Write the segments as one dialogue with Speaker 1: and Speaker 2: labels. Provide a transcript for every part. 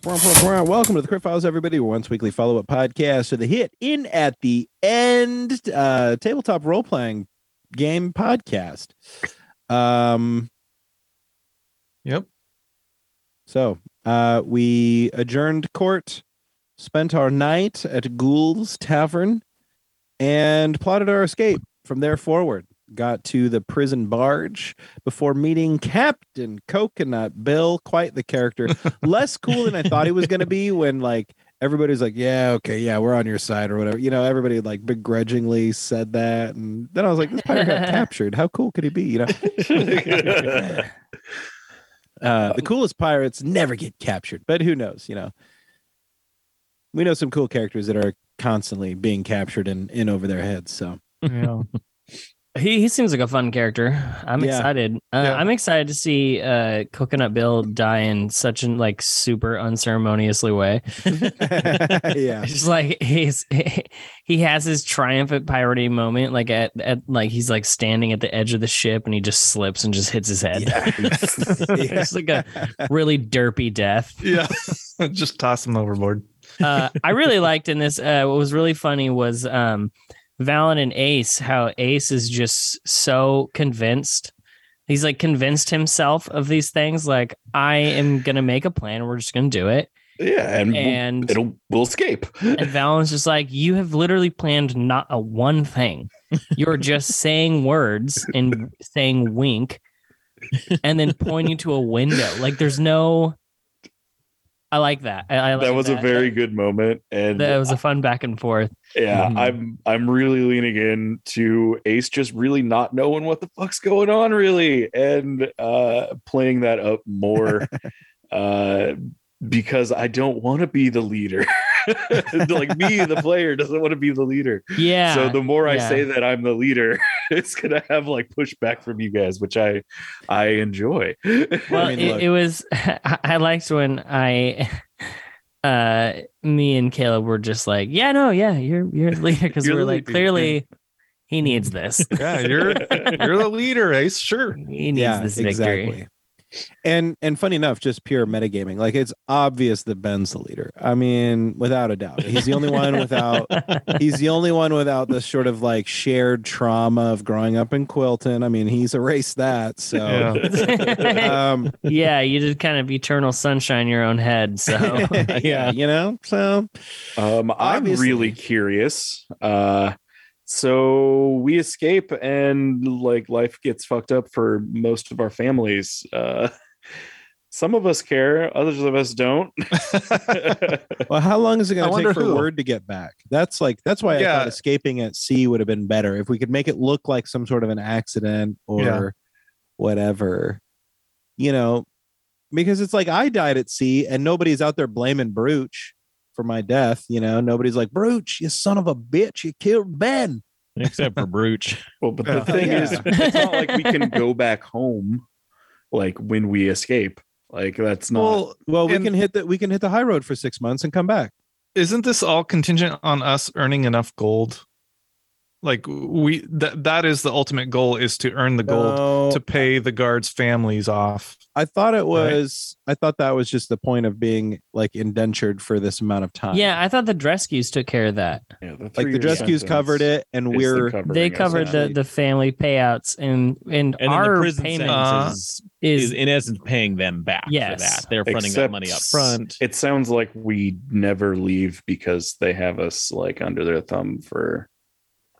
Speaker 1: Brum, brum, brum. Welcome to the Crit Files, everybody. We're once weekly follow up podcast to the hit in at the end uh, tabletop role playing game podcast. Um,
Speaker 2: Yep.
Speaker 1: so uh, we adjourned court, spent our night at Ghoul's Tavern, and plotted our escape from there forward. Got to the prison barge before meeting Captain Coconut Bill, quite the character. Less cool than I thought he was going to be when, like, everybody's like, yeah, okay, yeah, we're on your side or whatever. You know, everybody, like, begrudgingly said that. And then I was like, this pirate got captured. How cool could he be? You know, uh, the coolest pirates never get captured, but who knows? You know, we know some cool characters that are constantly being captured and in over their heads. So
Speaker 2: Yeah.
Speaker 3: He he seems like a fun character. I'm
Speaker 1: Yeah.
Speaker 3: excited. Uh,
Speaker 2: Yeah.
Speaker 3: I'm excited to see uh, Coconut Bill die in such an like super unceremoniously way.
Speaker 1: yeah,
Speaker 3: It's just like he's he has his triumphant piratey moment, like at, at like he's like standing at the edge of the ship and he just slips and just hits his head.
Speaker 1: Yeah.
Speaker 3: it's like a really derpy death.
Speaker 2: Yeah. Just toss them overboard.
Speaker 3: uh, I really liked in this. Uh, what was really funny was um, Valen and Ace. How Ace is just so convinced. He's like convinced himself of these things. Like I am gonna make a plan. We're just gonna do it.
Speaker 4: Yeah, and, we'll-
Speaker 3: And
Speaker 4: Mm-hmm. it'll we'll escape.
Speaker 3: and Valen's just like, you have literally planned not a one thing. You're just saying words and saying wink, and then pointing to a window. Like there's no. I like that. I, I
Speaker 4: that
Speaker 3: like
Speaker 4: was a very good moment, and
Speaker 3: That was a fun back and forth.
Speaker 4: yeah,
Speaker 2: Mhm.
Speaker 4: I'm I'm really leaning in to Ace just really not knowing what the fuck's going on, really, and uh, playing that up more uh, because I don't want to be the leader. like me, the player doesn't want to be the leader.
Speaker 3: Yeah.
Speaker 4: so the more I
Speaker 3: yeah.
Speaker 4: say that I'm the leader, it's gonna have like pushback from you guys, which I I enjoy.
Speaker 3: well,
Speaker 1: I mean, look.
Speaker 3: it, it was. I I liked when I, uh, me and Caleb were just like, yeah, no, yeah, you're you're the leader because
Speaker 4: You're
Speaker 3: we're
Speaker 4: the
Speaker 3: like
Speaker 4: leader.
Speaker 3: clearly he needs this.
Speaker 2: Yeah, you're you're the leader, Ace. Sure.
Speaker 3: He needs this victory.
Speaker 1: exactly. And and funny enough, just pure metagaming. Like it's obvious that Ben's the leader. I mean, without a doubt, he's the only one without. He's the only one without this sort of like shared trauma of growing up in Quilton. I mean, he's erased that. So,
Speaker 2: Yeah.
Speaker 1: um,
Speaker 3: yeah, you did kind of eternal sunshine in your own head. So
Speaker 1: yeah, you know. So
Speaker 4: Um, I'm
Speaker 1: Obviously.
Speaker 4: really curious. Uh, so we escape, and like life gets fucked up for most of our families. Uh, some of us care, others of us don't.
Speaker 1: Well, how long is it
Speaker 2: I
Speaker 1: going to
Speaker 2: wonder
Speaker 1: take for
Speaker 2: who.
Speaker 1: word to get back? That's like that's why I
Speaker 2: Yeah.
Speaker 1: thought escaping at sea would have been better if we could make it look like some sort of an accident or
Speaker 2: Yeah.
Speaker 1: whatever. You know, because it's like I died at sea and nobody's out there blaming Brooch for my death. You know, nobody's like Brooch, you son of a bitch, you killed Ben.
Speaker 5: except for Brooch.
Speaker 4: well, but
Speaker 2: Yeah.
Speaker 4: the thing
Speaker 1: Yeah.
Speaker 4: is, it's not like we can go back home, like when we escape. Like that's not.
Speaker 2: well,
Speaker 1: Well, we
Speaker 2: And-
Speaker 1: can hit the we can hit the high road for six months and come back.
Speaker 2: isn't this all contingent on us earning enough gold? Like we that that is the ultimate goal is to earn the gold
Speaker 1: No,
Speaker 2: to pay the guards' families off.
Speaker 1: I thought it
Speaker 2: Right.
Speaker 1: was. I thought that was just the point of being like indentured for this amount of time.
Speaker 3: yeah, I thought the Drescues took care of that.
Speaker 4: yeah,
Speaker 1: like the rescues covered it and we're
Speaker 3: They covered the, the family payouts and and,
Speaker 5: And then
Speaker 3: our
Speaker 5: the prison
Speaker 3: payment
Speaker 5: sentence
Speaker 3: is,
Speaker 5: is, is in essence paying them back
Speaker 3: Yes.
Speaker 5: for that. They're fronting that money up
Speaker 4: Except
Speaker 5: front.
Speaker 4: It sounds like we never leave because they have us like under their thumb for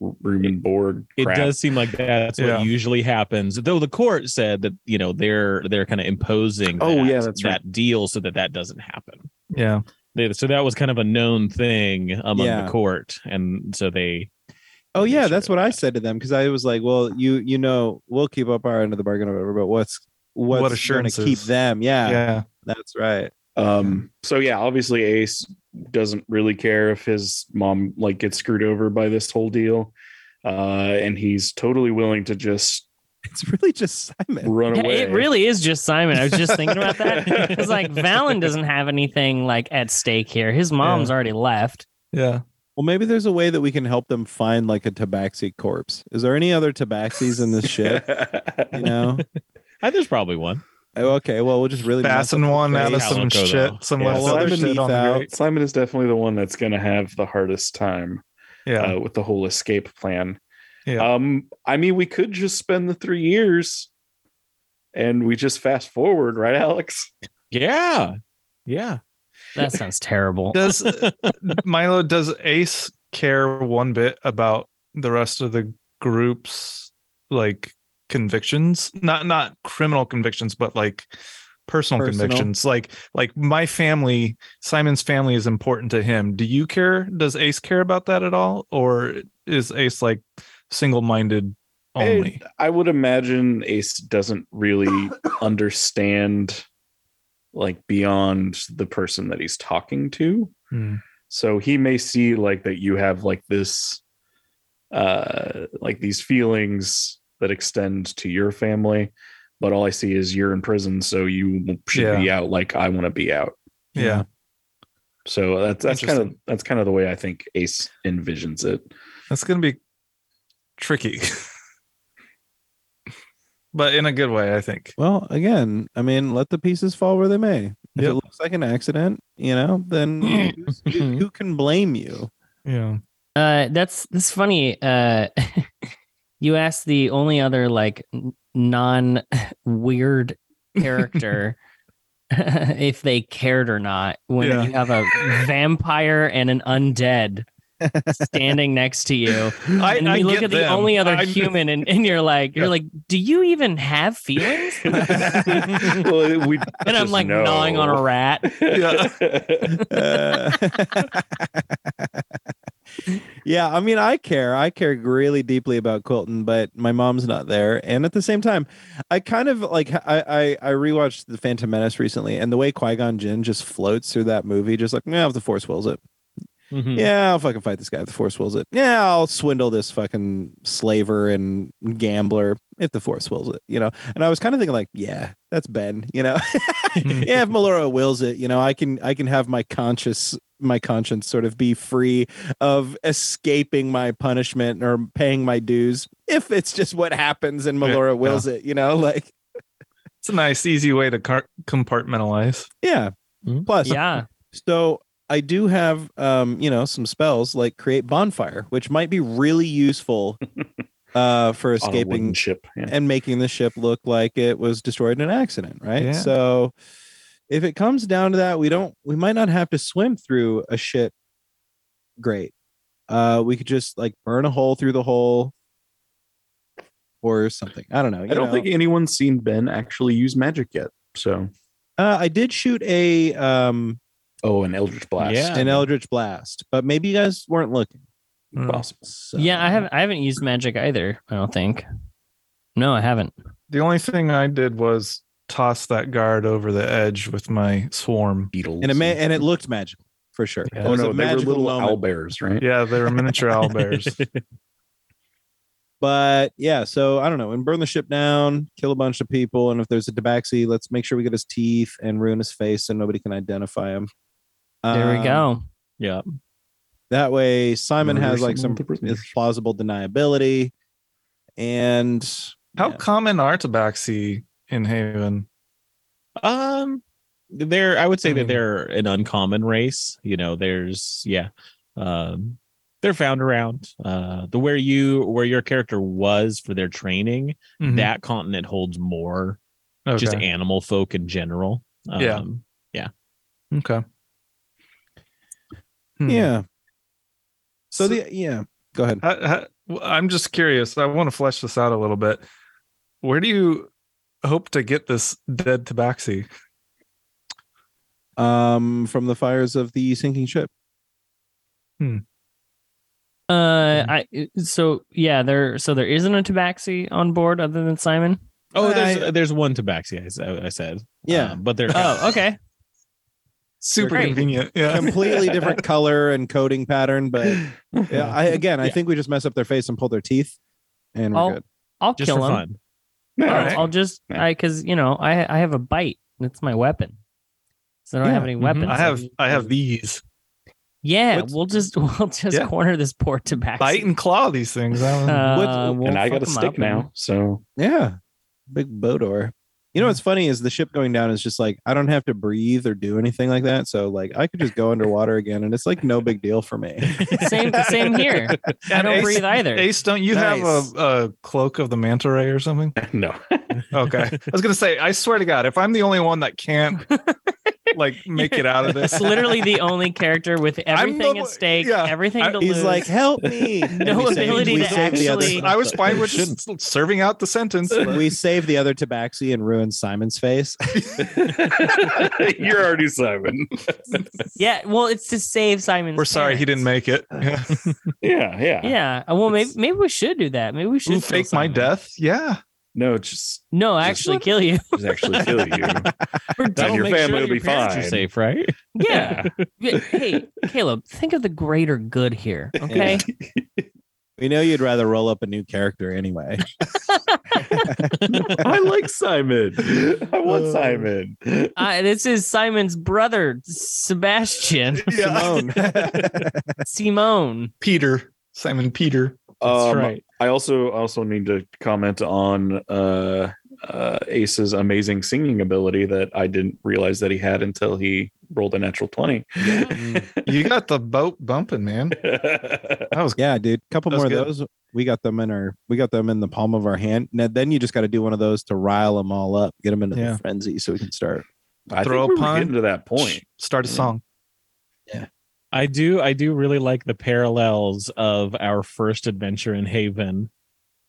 Speaker 4: room and board.
Speaker 5: It
Speaker 4: crap.
Speaker 5: does seem like that's
Speaker 2: Yeah.
Speaker 5: what usually happens. Though the court said that you know they're they're kind of imposing
Speaker 4: Oh,
Speaker 5: that,
Speaker 4: yeah, that's right.
Speaker 5: that deal so that that doesn't happen.
Speaker 2: Yeah.
Speaker 5: They, so that was kind of a known thing among
Speaker 1: Yeah.
Speaker 5: the court, and so they.
Speaker 1: Oh
Speaker 5: they
Speaker 1: yeah,
Speaker 5: should've
Speaker 1: that's what I
Speaker 5: had-
Speaker 1: said to them because I was like, "Well, you you know, we'll keep up our end of the bargain or whatever, but what's what's going to keep
Speaker 2: assurances?
Speaker 1: them?" Yeah,
Speaker 2: Yeah.
Speaker 1: that's right.
Speaker 4: Um, so yeah, obviously Ace doesn't really care if his mom like gets screwed over by this whole deal. Uh, and he's totally willing to just
Speaker 1: It's really just Simon.
Speaker 4: run
Speaker 3: Yeah,
Speaker 4: away.
Speaker 3: it really is just Simon. I was just thinking about that. It's like Valen doesn't have anything like at stake here. His mom's already left.
Speaker 2: Yeah.
Speaker 1: Well, maybe there's a way that we can help them find like a Tabaxi corpse. Is there any other Tabaxis in this ship? You know,
Speaker 5: Uh, there's probably one.
Speaker 1: Oh, okay, well, we'll just really mess
Speaker 2: Fasten
Speaker 1: up the
Speaker 2: one out of
Speaker 1: face.
Speaker 2: some
Speaker 5: Calico,
Speaker 2: shit,
Speaker 5: though.
Speaker 2: some
Speaker 5: Yeah.
Speaker 2: left
Speaker 1: Well,
Speaker 2: other
Speaker 1: underneath
Speaker 2: shit on the
Speaker 1: out.
Speaker 2: grate.
Speaker 4: Simon is definitely the one that's going to have the hardest time
Speaker 2: Yeah,
Speaker 4: uh, with the whole escape plan.
Speaker 2: Yeah.
Speaker 4: Um, I mean, we could just spend the three years and we just fast forward, right, Alex?
Speaker 5: Yeah. Yeah.
Speaker 3: That sounds terrible.
Speaker 2: does Milo does Ace care one bit about the rest of the group's like convictions? Not not criminal convictions, but like personal,
Speaker 1: Personal.
Speaker 2: convictions. Like like my family, Simon's family is important to him. Do you care? Does Ace care about that at all, or is Ace like single minded only?
Speaker 4: I would imagine Ace doesn't really understand, like, beyond the person that he's talking to.
Speaker 2: Hmm.
Speaker 4: so he may see like that you have like this uh like these feelings that extend to your family but all i see is you're in prison so you should be out like i want to be out
Speaker 2: Yeah.
Speaker 4: so that's that's kind of
Speaker 2: Interesting.
Speaker 4: that's kind of the way i think ace envisions it
Speaker 2: That's gonna be tricky. But in a good way, I think.
Speaker 1: Well, again, I mean, let the pieces fall where they may. If it
Speaker 2: Yep.
Speaker 1: looks like an accident, you know, then who's- who who can blame you?
Speaker 2: Yeah.
Speaker 3: Uh, that's that's funny. Uh, you asked the only other like non weird character if they cared or not when
Speaker 2: Yeah.
Speaker 3: you have a vampire and an undead standing next to you.
Speaker 2: I,
Speaker 3: And
Speaker 2: I
Speaker 3: you look
Speaker 2: get
Speaker 3: at the
Speaker 2: them.
Speaker 3: only other
Speaker 2: I-
Speaker 3: human, and, and you're like, you're
Speaker 2: Yeah.
Speaker 3: like, do you even have feelings?
Speaker 4: well, we
Speaker 3: And I'm
Speaker 4: just
Speaker 3: like
Speaker 4: know.
Speaker 3: gnawing on a rat.
Speaker 1: Uh, yeah, I mean, I care. I care really deeply about Quilton, but my mom's not there. And at the same time, I kind of like I I, I rewatched the Phantom Menace recently, and the way Qui Gon Jinn just floats through that movie, just like, yeah, if the Force wills it.
Speaker 5: Mm-hmm. Hmm.
Speaker 1: Yeah, I'll fucking fight this guy if the Force wills it. Yeah, I'll swindle this fucking slaver and gambler if the Force wills it. You know. And I was kind of thinking like, yeah, that's Ben. You know. yeah, if Melora wills it, you know, I can I can have my conscious my conscience sort of be free of escaping my punishment or paying my dues if it's just what happens and
Speaker 2: Yeah,
Speaker 1: Melora wills it, you know, like
Speaker 2: It's a nice, easy way to car- compartmentalize.
Speaker 1: yeah.
Speaker 5: Mhm.
Speaker 1: Plus,
Speaker 3: Yeah.
Speaker 1: so I do have um, you know, some spells like create bonfire, which might be really useful uh for
Speaker 4: On a wooden
Speaker 1: escaping
Speaker 4: ship yeah.
Speaker 1: and making the ship look like it was destroyed in an accident, right?
Speaker 2: Yeah.
Speaker 1: So if it comes down to that, we don't we might not have to swim through a shit great. Uh we could just like burn a hole through the hole or something. I don't know.
Speaker 4: i don't think anyone's seen ben actually use magic yet so
Speaker 1: uh, I did shoot a um
Speaker 4: oh an eldritch blast
Speaker 5: Yeah.
Speaker 1: an Eldritch blast, but maybe you guys weren't looking.
Speaker 4: possible
Speaker 1: So.
Speaker 3: Hmm. yeah, I haven't I haven't used magic either, I don't think. No, I haven't.
Speaker 2: The only thing I did was toss that guard over the edge with my swarm.
Speaker 4: beetles
Speaker 1: and it may, and it looked magical for sure.
Speaker 2: Yeah.
Speaker 1: It
Speaker 4: oh
Speaker 1: was
Speaker 4: no
Speaker 1: a
Speaker 4: they were
Speaker 1: magical
Speaker 4: little
Speaker 1: moment.
Speaker 4: owl bears right
Speaker 2: Yeah, they were miniature owlbears.
Speaker 1: But yeah, so I don't know. And burn the ship down, kill a bunch of people, and if there's a Tabaxi, let's make sure we get his teeth and ruin his face so nobody can identify him.
Speaker 3: There we
Speaker 1: Um,
Speaker 3: go.
Speaker 5: Yeah.
Speaker 1: That way, Simon
Speaker 4: Murder
Speaker 1: has like some
Speaker 4: someone with a prism.
Speaker 1: plausible deniability, and
Speaker 2: How
Speaker 1: Yeah.
Speaker 2: common are tabaxi in Haven?
Speaker 5: Um they're I would say
Speaker 2: I
Speaker 5: that
Speaker 2: mean-
Speaker 5: they're an uncommon race. You know, there's yeah. Um they're found around uh the where you where your character was for their training,
Speaker 2: Mhm.
Speaker 5: that continent holds more
Speaker 2: okay.
Speaker 5: just animal folk in general. Um,
Speaker 2: Yeah. okay. Hmm.
Speaker 1: yeah. So
Speaker 2: So,
Speaker 1: the yeah, go ahead.
Speaker 2: how, how, well, I'm just curious. I want to flesh this out a little bit. Where do you hope to get this dead tabaxi?
Speaker 1: Um, from the fires of the sinking ship.
Speaker 2: Um,
Speaker 3: Uh I so yeah, there so there isn't a tabaxi on board other than Simon.
Speaker 5: Oh,
Speaker 1: I-
Speaker 5: there's there's one tabaxi. I s- I, I said.
Speaker 1: Yeah.
Speaker 5: Um, but they're
Speaker 3: Oh, okay.
Speaker 2: Super
Speaker 3: Great.
Speaker 2: convenient.
Speaker 4: Um.
Speaker 2: Yeah.
Speaker 1: Completely different color and coding pattern, but yeah, I again, I
Speaker 5: Yeah.
Speaker 1: think we just mess up their face and pull their teeth, and we're
Speaker 3: I'll
Speaker 1: good.
Speaker 3: I'll
Speaker 5: just
Speaker 3: kill
Speaker 5: for
Speaker 3: him.
Speaker 5: fun.
Speaker 4: No,
Speaker 3: I'll,
Speaker 2: Alright.
Speaker 3: I'll just
Speaker 4: Yeah.
Speaker 3: I because you know I I have a bite. That's my weapon. So I don't
Speaker 1: Yeah.
Speaker 3: have any
Speaker 5: Mhm.
Speaker 3: weapons.
Speaker 2: Mm-hmm. I have I have these
Speaker 3: Yeah,
Speaker 2: What's-
Speaker 3: we'll just we'll just
Speaker 2: Yeah.
Speaker 3: corner this poor tabaxi.
Speaker 2: bite and claw these things. I don't know.
Speaker 3: Uh,
Speaker 1: What's-
Speaker 3: we'll
Speaker 4: and I
Speaker 3: fuck
Speaker 4: got a
Speaker 3: him
Speaker 4: stick
Speaker 3: up
Speaker 4: now,
Speaker 3: and-
Speaker 4: so
Speaker 1: Yeah. Big Bodor. You know what's funny is the ship going down is just like I don't have to breathe or do anything like that. So like I could just go underwater again, and it's like no big deal for me.
Speaker 3: Same same here. I
Speaker 2: And
Speaker 3: don't
Speaker 2: Ace,
Speaker 3: breathe either.
Speaker 2: Ace, don't you
Speaker 1: Nice.
Speaker 2: have a, a cloak of the manta ray or something?
Speaker 4: No.
Speaker 2: Okay. I was gonna say, I swear to God, if I'm the only one that can't like make it out of this,
Speaker 3: It's literally the only character with everything
Speaker 2: the-
Speaker 3: at stake,
Speaker 2: yeah.
Speaker 3: everything to
Speaker 1: He's
Speaker 3: lose.
Speaker 1: like, "Help me!" And
Speaker 3: No
Speaker 1: we saved-
Speaker 3: ability
Speaker 1: we
Speaker 3: to
Speaker 1: saved the other-
Speaker 3: actually-
Speaker 2: I was fine with
Speaker 5: Shouldn't.
Speaker 2: just serving out the sentence. but-
Speaker 1: we saved the other Tabaxi and ruined Simon's face.
Speaker 4: You're already Simon.
Speaker 3: yeah, well, it's to save Simon's.
Speaker 2: We're sorry he didn't
Speaker 3: parents.
Speaker 2: make it. Yeah.
Speaker 4: Yeah, yeah.
Speaker 3: Yeah, uh, well, maybe maybe we should do that. Maybe we should
Speaker 2: Ooh,
Speaker 3: kill
Speaker 2: fake my
Speaker 3: Simon.
Speaker 2: death. Yeah.
Speaker 4: No, just
Speaker 3: No,
Speaker 4: Just-
Speaker 3: actually, kill you.
Speaker 4: just actually kill you.
Speaker 3: We're
Speaker 4: That'll
Speaker 3: done.
Speaker 4: your
Speaker 5: make
Speaker 4: family will be
Speaker 5: your parents are
Speaker 4: fine.
Speaker 5: safe, right?
Speaker 3: Yeah. Yeah, Hey, Caleb, think of the greater good here. Okay.
Speaker 1: We know you'd rather roll up a new character anyway.
Speaker 4: I like Simon. I want Simon.
Speaker 3: Uh, this is Simon's brother, Sebastian
Speaker 1: Simone.
Speaker 3: Simone.
Speaker 2: Peter. Simon Peter.
Speaker 5: That's
Speaker 4: Um,
Speaker 5: right.
Speaker 4: I also also need to comment on uh, uh, Ace's amazing singing ability that I didn't realize that he had until he rolled a natural twenty.
Speaker 2: You got the boat bumping, man. That was
Speaker 1: yeah, dude. Couple
Speaker 2: That
Speaker 1: more
Speaker 2: was
Speaker 1: of those. We got them in our. We got them in the palm of our hand. Now then, you just got to do one of those to rile them all up, get them into
Speaker 2: Yeah.
Speaker 1: the frenzy, so we can start.
Speaker 4: I
Speaker 2: Throw a
Speaker 4: think we were
Speaker 2: pun.
Speaker 4: getting to that point.
Speaker 2: Start a song.
Speaker 5: I do I do really like the parallels of our first adventure in Haven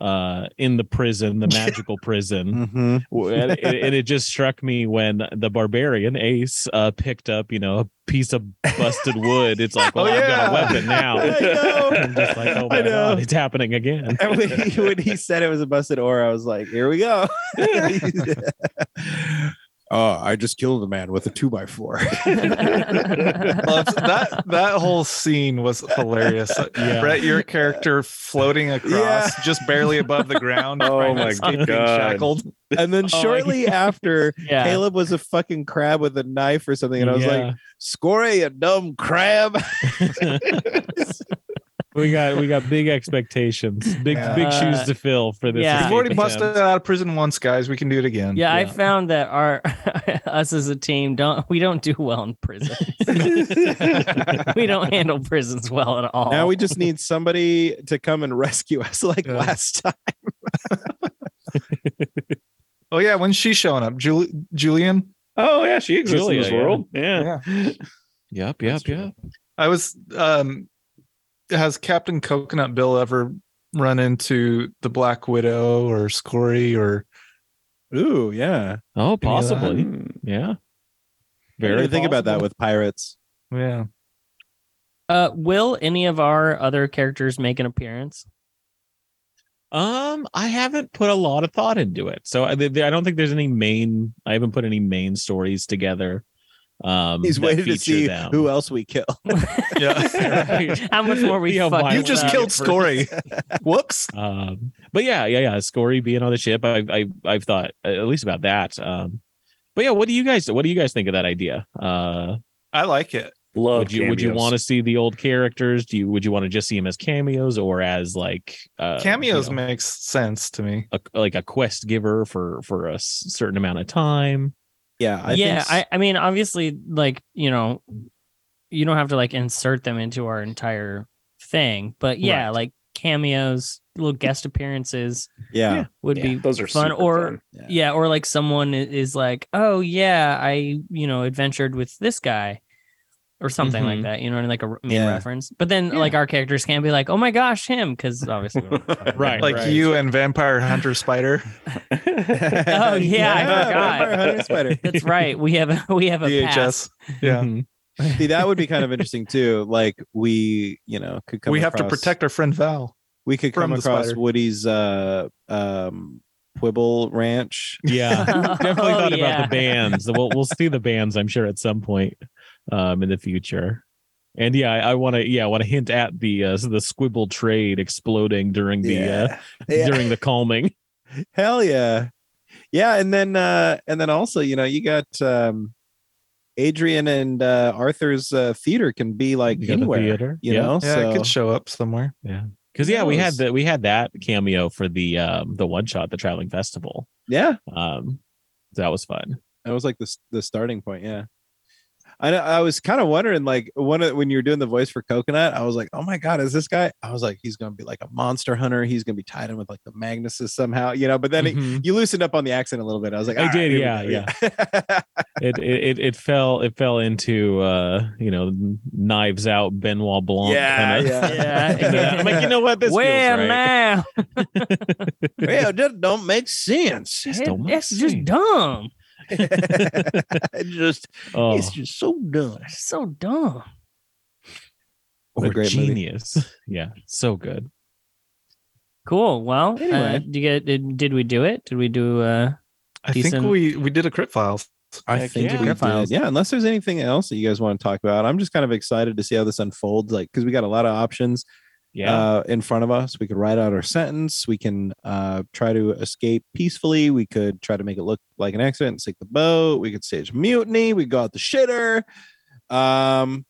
Speaker 5: uh in the prison, the magical prison.
Speaker 1: Mm-hmm.
Speaker 5: Well, and, it, and it just struck me when the barbarian ace uh picked up, you know, a piece of busted wood. It's like,
Speaker 2: Oh,
Speaker 5: well, I've got
Speaker 2: yeah.
Speaker 5: a weapon now.
Speaker 1: I know.
Speaker 5: I'm just like, oh my
Speaker 1: I know.
Speaker 5: god, it's happening again.
Speaker 1: And when he, when he said it was a busted oar, I was like, here we go. oh, I just killed a man with a two by four.
Speaker 2: Loves- that that whole scene was hilarious.
Speaker 5: Yeah.
Speaker 2: Brett, your character floating across,
Speaker 1: Yeah.
Speaker 2: just barely above the ground.
Speaker 4: Oh
Speaker 2: trying to
Speaker 4: my
Speaker 2: escape being
Speaker 4: God.
Speaker 2: Shackled.
Speaker 1: And then
Speaker 3: my
Speaker 1: shortly after,
Speaker 3: Yeah.
Speaker 1: Caleb was a fucking crab with a knife or something. And I was like, score you dumb crab.
Speaker 5: Yeah. we got we got big expectations, big
Speaker 2: Yeah.
Speaker 5: big shoes
Speaker 3: Uh,
Speaker 5: to fill for this.
Speaker 3: yeah.
Speaker 2: We've already
Speaker 5: escape
Speaker 2: busted
Speaker 5: attempt.
Speaker 2: out of prison once, guys. We can do it again.
Speaker 3: yeah, I
Speaker 5: Yeah.
Speaker 3: found that our us as a team don't we don't do well in prison. we don't handle prisons well at all.
Speaker 1: Now we just need somebody to come and rescue us like
Speaker 2: Yeah.
Speaker 1: last time.
Speaker 2: Oh yeah, when's she showing up? Jul- Julian?
Speaker 4: Oh yeah, she exists in this
Speaker 5: Julia, yeah.
Speaker 4: world. Yeah.
Speaker 5: Yep, yep, yep.
Speaker 2: I was um has Captain Coconut Bill ever run into the Black Widow or Scory or
Speaker 1: Ooh, yeah.
Speaker 5: Oh,
Speaker 2: possibly.
Speaker 5: possibly.
Speaker 4: Mm.
Speaker 5: Yeah.
Speaker 1: Very think about that with pirates.
Speaker 2: yeah.
Speaker 3: uh, will any of our other characters make an appearance?
Speaker 5: Um, I haven't put a lot of thought into it, so I, th- I don't think there's any main. I haven't put any main stories together. Um,
Speaker 1: He's
Speaker 5: that
Speaker 1: waiting to
Speaker 5: feature
Speaker 1: see
Speaker 5: them.
Speaker 1: who else we kill.
Speaker 2: Yeah.
Speaker 3: How much more we
Speaker 5: Yeah,
Speaker 3: fuck
Speaker 5: why
Speaker 2: you
Speaker 5: would
Speaker 2: just
Speaker 5: I
Speaker 2: killed
Speaker 5: get first?
Speaker 2: Scory. Whoops.
Speaker 5: Um, but yeah, yeah, yeah. Scory being on the ship, I, I, I've thought at least about that. Um, but yeah, what do you guys, what do you guys think of that idea? Uh,
Speaker 2: I like it.
Speaker 4: Love
Speaker 5: would you, would you want to see the old characters? Do you, would you want to just see him as cameos or as like uh,
Speaker 2: Cameos
Speaker 5: you know,
Speaker 2: makes sense to me.
Speaker 5: a, like a quest giver for for a s- certain amount of time?
Speaker 1: Yeah. I
Speaker 3: yeah,
Speaker 1: think
Speaker 3: I, I mean, obviously, like you know, you don't have to like insert them into our entire thing, but yeah,
Speaker 5: Right.
Speaker 3: like cameos, little guest appearances
Speaker 1: yeah.
Speaker 5: Yeah.
Speaker 3: would
Speaker 5: Yeah.
Speaker 3: be
Speaker 4: Those are
Speaker 3: fun,
Speaker 4: super
Speaker 3: or-
Speaker 4: fun.
Speaker 1: Yeah.
Speaker 3: yeah, or like someone i- is like, oh yeah, I you know adventured with this guy. Or something like
Speaker 5: Mhm.
Speaker 3: that, you know, and like a r- main
Speaker 1: Yeah.
Speaker 3: reference. But then, like, our characters can't be like, "Oh my gosh, him," because obviously, we don't talk about
Speaker 5: Right.
Speaker 2: Like
Speaker 1: Right.
Speaker 2: you and Vampire Hunter Spider.
Speaker 3: Oh, yeah, I forgot.
Speaker 1: Vampire Hunter Spider.
Speaker 3: That's right. We have a, we have a pass.
Speaker 2: VHS. Yeah.
Speaker 5: Mhm.
Speaker 1: See, that would be kind of interesting too. Like we, you know, could come
Speaker 2: we have to
Speaker 1: across-
Speaker 2: protect our friend Val.
Speaker 1: we could come
Speaker 2: from the
Speaker 1: across
Speaker 2: spider.
Speaker 1: Woody's uh um Quibble Ranch.
Speaker 5: Yeah, definitely
Speaker 3: Oh,
Speaker 5: thought
Speaker 3: yeah.
Speaker 5: about the bands. We'll we'll see the bands, I'm sure, at some point um, in the future. And yeah, I, I want to yeah, I want to hint at the uh, the squibble trade exploding during the uh,
Speaker 1: Yeah.
Speaker 5: during the calming.
Speaker 1: Hell yeah. Yeah, and then uh and then also, you know, you got um Adrian and uh Arthur's uh theater can be like
Speaker 5: You got the
Speaker 1: anywhere.
Speaker 5: theater.
Speaker 1: You
Speaker 5: Yeah.
Speaker 1: know,
Speaker 2: Yeah,
Speaker 1: so
Speaker 2: it could show up somewhere.
Speaker 5: Because yeah, we had
Speaker 1: Yes.
Speaker 5: that we had that cameo for the um, the one shot, the traveling festival.
Speaker 1: yeah,
Speaker 5: Um, that was fun.
Speaker 1: That was like the s- the starting point. Yeah. I know, I was kind of wondering, like, one of- when you were doing the voice for Coconut, I was like, "Oh my god, is this guy?" I was like, "He's gonna be like a monster hunter. He's gonna be tied in with like the Magnuses somehow, you know." But then it,
Speaker 2: Mhm.
Speaker 1: you loosened up on the accent a little bit. I was like,
Speaker 5: I
Speaker 1: "All
Speaker 5: Mm. did,
Speaker 1: here we
Speaker 5: yeah,
Speaker 1: go."
Speaker 5: yeah.
Speaker 1: yeah.
Speaker 5: It, it it it fell it fell into uh you know knives out Benoit Blanc.
Speaker 1: Yeah,
Speaker 5: kinda-
Speaker 1: yeah.
Speaker 3: Yeah.
Speaker 5: I'm like you know what this
Speaker 3: Well,
Speaker 5: feels right.
Speaker 3: now
Speaker 1: well, that don't make sense.
Speaker 5: Just
Speaker 3: It-
Speaker 5: don't make
Speaker 3: it's just
Speaker 5: sense.
Speaker 3: dumb.
Speaker 1: It just
Speaker 5: Oh,
Speaker 1: just so dumb.
Speaker 3: It's so dumb.
Speaker 1: What a
Speaker 5: we're
Speaker 1: great movie.
Speaker 5: genius. Yeah, so good.
Speaker 3: Cool. Well, uh,
Speaker 1: Anyway.
Speaker 3: do you get? Did, did we do it? Did we do? uh
Speaker 2: I
Speaker 3: Decent.
Speaker 2: think we we did a crit files.
Speaker 1: I
Speaker 5: Heck
Speaker 1: think
Speaker 5: yeah.
Speaker 1: we
Speaker 2: Good
Speaker 1: did.
Speaker 3: files.
Speaker 1: Yeah, unless there's anything else that you guys want to talk about. I'm just kind of excited to see how this unfolds, like because we got a lot of options
Speaker 5: Yeah,
Speaker 1: uh, in front of us. We could write out our sentence. We can uh, try to escape peacefully. We could try to make it look like an accident, and sink the boat. We could stage mutiny. We got the shitter. Um,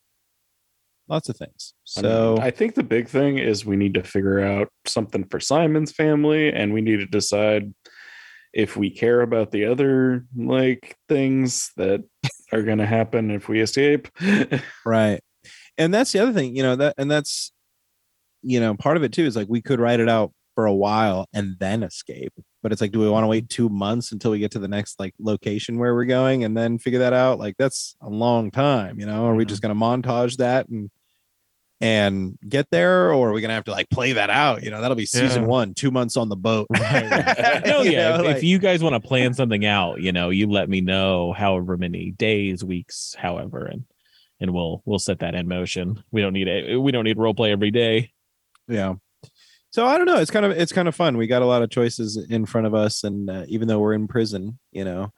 Speaker 1: lots of things.
Speaker 4: I mean,
Speaker 1: So
Speaker 4: I think the big thing is we need to figure out something for Simon's family, and we need to decide if we care about the other like things that are going to happen if we escape.
Speaker 1: right and that's the other thing you know that and that's you know part of it too is like we could write it out for a while and then escape but it's like do we want to wait two months until we get to the next like location where we're going and then figure that out like that's a long time you know are we
Speaker 5: Mm-hmm.
Speaker 1: just going to montage that and and get there or are we going to have to like play that out you know that'll be season
Speaker 2: Yeah.
Speaker 1: one two months on the boat
Speaker 5: Right. no,
Speaker 1: You
Speaker 5: yeah.
Speaker 1: know,
Speaker 5: if,
Speaker 1: like-
Speaker 5: if you guys want to plan something out, you know, you let me know. However many days, weeks, however, and and we'll we'll set that in motion. We don't need a we don't need role play every day.
Speaker 1: yeah so i don't know it's kind of it's kind of fun we got a lot of choices in front of us and uh, even though we're in prison you know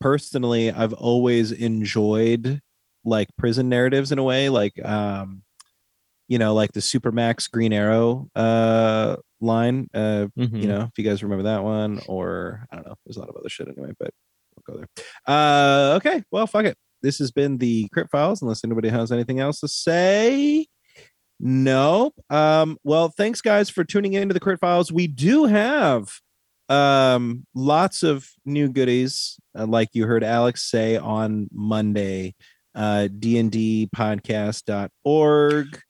Speaker 1: personally i've always enjoyed like prison narratives in a way like um you know like the supermax green arrow uh line uh
Speaker 5: Mm-hmm.
Speaker 1: you know, if you guys remember that one, or I don't know, there's a lot of other shit anyway, but we'll go there. Uh, okay, well, fuck it. This has been the Crypt Files, unless anybody has anything else to say. Nope. Um, well, thanks guys for tuning into the Crypt Files. We do have um lots of new goodies uh, like you heard alex say on monday uh dndpodcast.org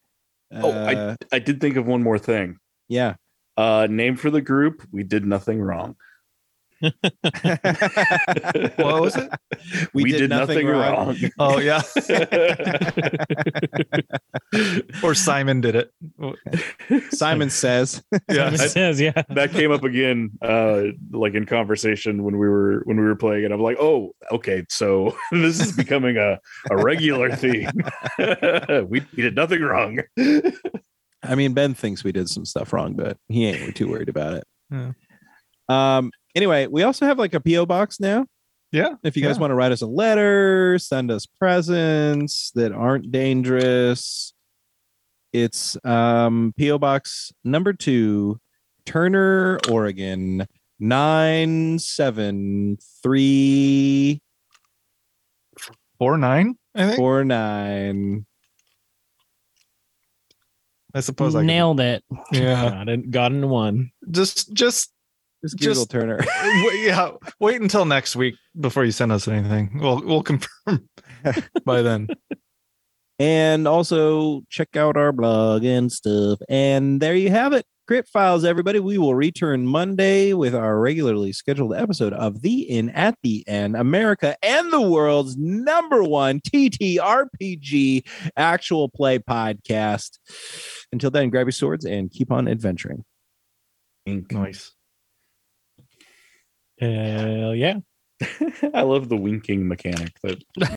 Speaker 1: uh,
Speaker 4: Oh, I did think of one more thing.
Speaker 1: yeah
Speaker 4: Uh, name for the group. We did nothing wrong.
Speaker 2: What was it?
Speaker 1: We did nothing wrong.
Speaker 2: Oh yeah,
Speaker 4: wrong.
Speaker 2: or Simon did it.
Speaker 1: simon says
Speaker 2: Yeah,
Speaker 5: Simon says, yeah.
Speaker 4: that came up again uh like in conversation when we were when we were playing it i'm like oh okay so this is becoming a a regular theme we, we did nothing wrong
Speaker 1: I mean, Ben thinks we did some stuff wrong, but he ain't too worried about it.
Speaker 2: Yeah.
Speaker 1: Um. Anyway, we also have like a PO box now.
Speaker 2: Yeah,
Speaker 1: If you guys
Speaker 2: yeah.
Speaker 1: want to write us a letter, send us presents that aren't dangerous. It's um PO box number two, Turner, Oregon nine seven three
Speaker 2: four nine. I think.
Speaker 1: four nine.
Speaker 2: I suppose I could-
Speaker 3: Nailed it.
Speaker 1: Uh.
Speaker 2: Yeah,
Speaker 5: Gotten, gotten one.
Speaker 2: just just
Speaker 1: Just
Speaker 2: Just-
Speaker 1: Google Turner.
Speaker 2: wait, yeah. Wait until next week before you send us anything. We'll we'll confirm by then.
Speaker 1: And also check out our blog and stuff. And there you have it. Crypt Files, everybody. We will return Monday with our regularly scheduled episode of The In at the End, America and the world's number one TTRPG actual play podcast. Until then, grab your swords and keep on adventuring.
Speaker 2: Nice.
Speaker 5: Hell yeah.
Speaker 4: i love the winking mechanic that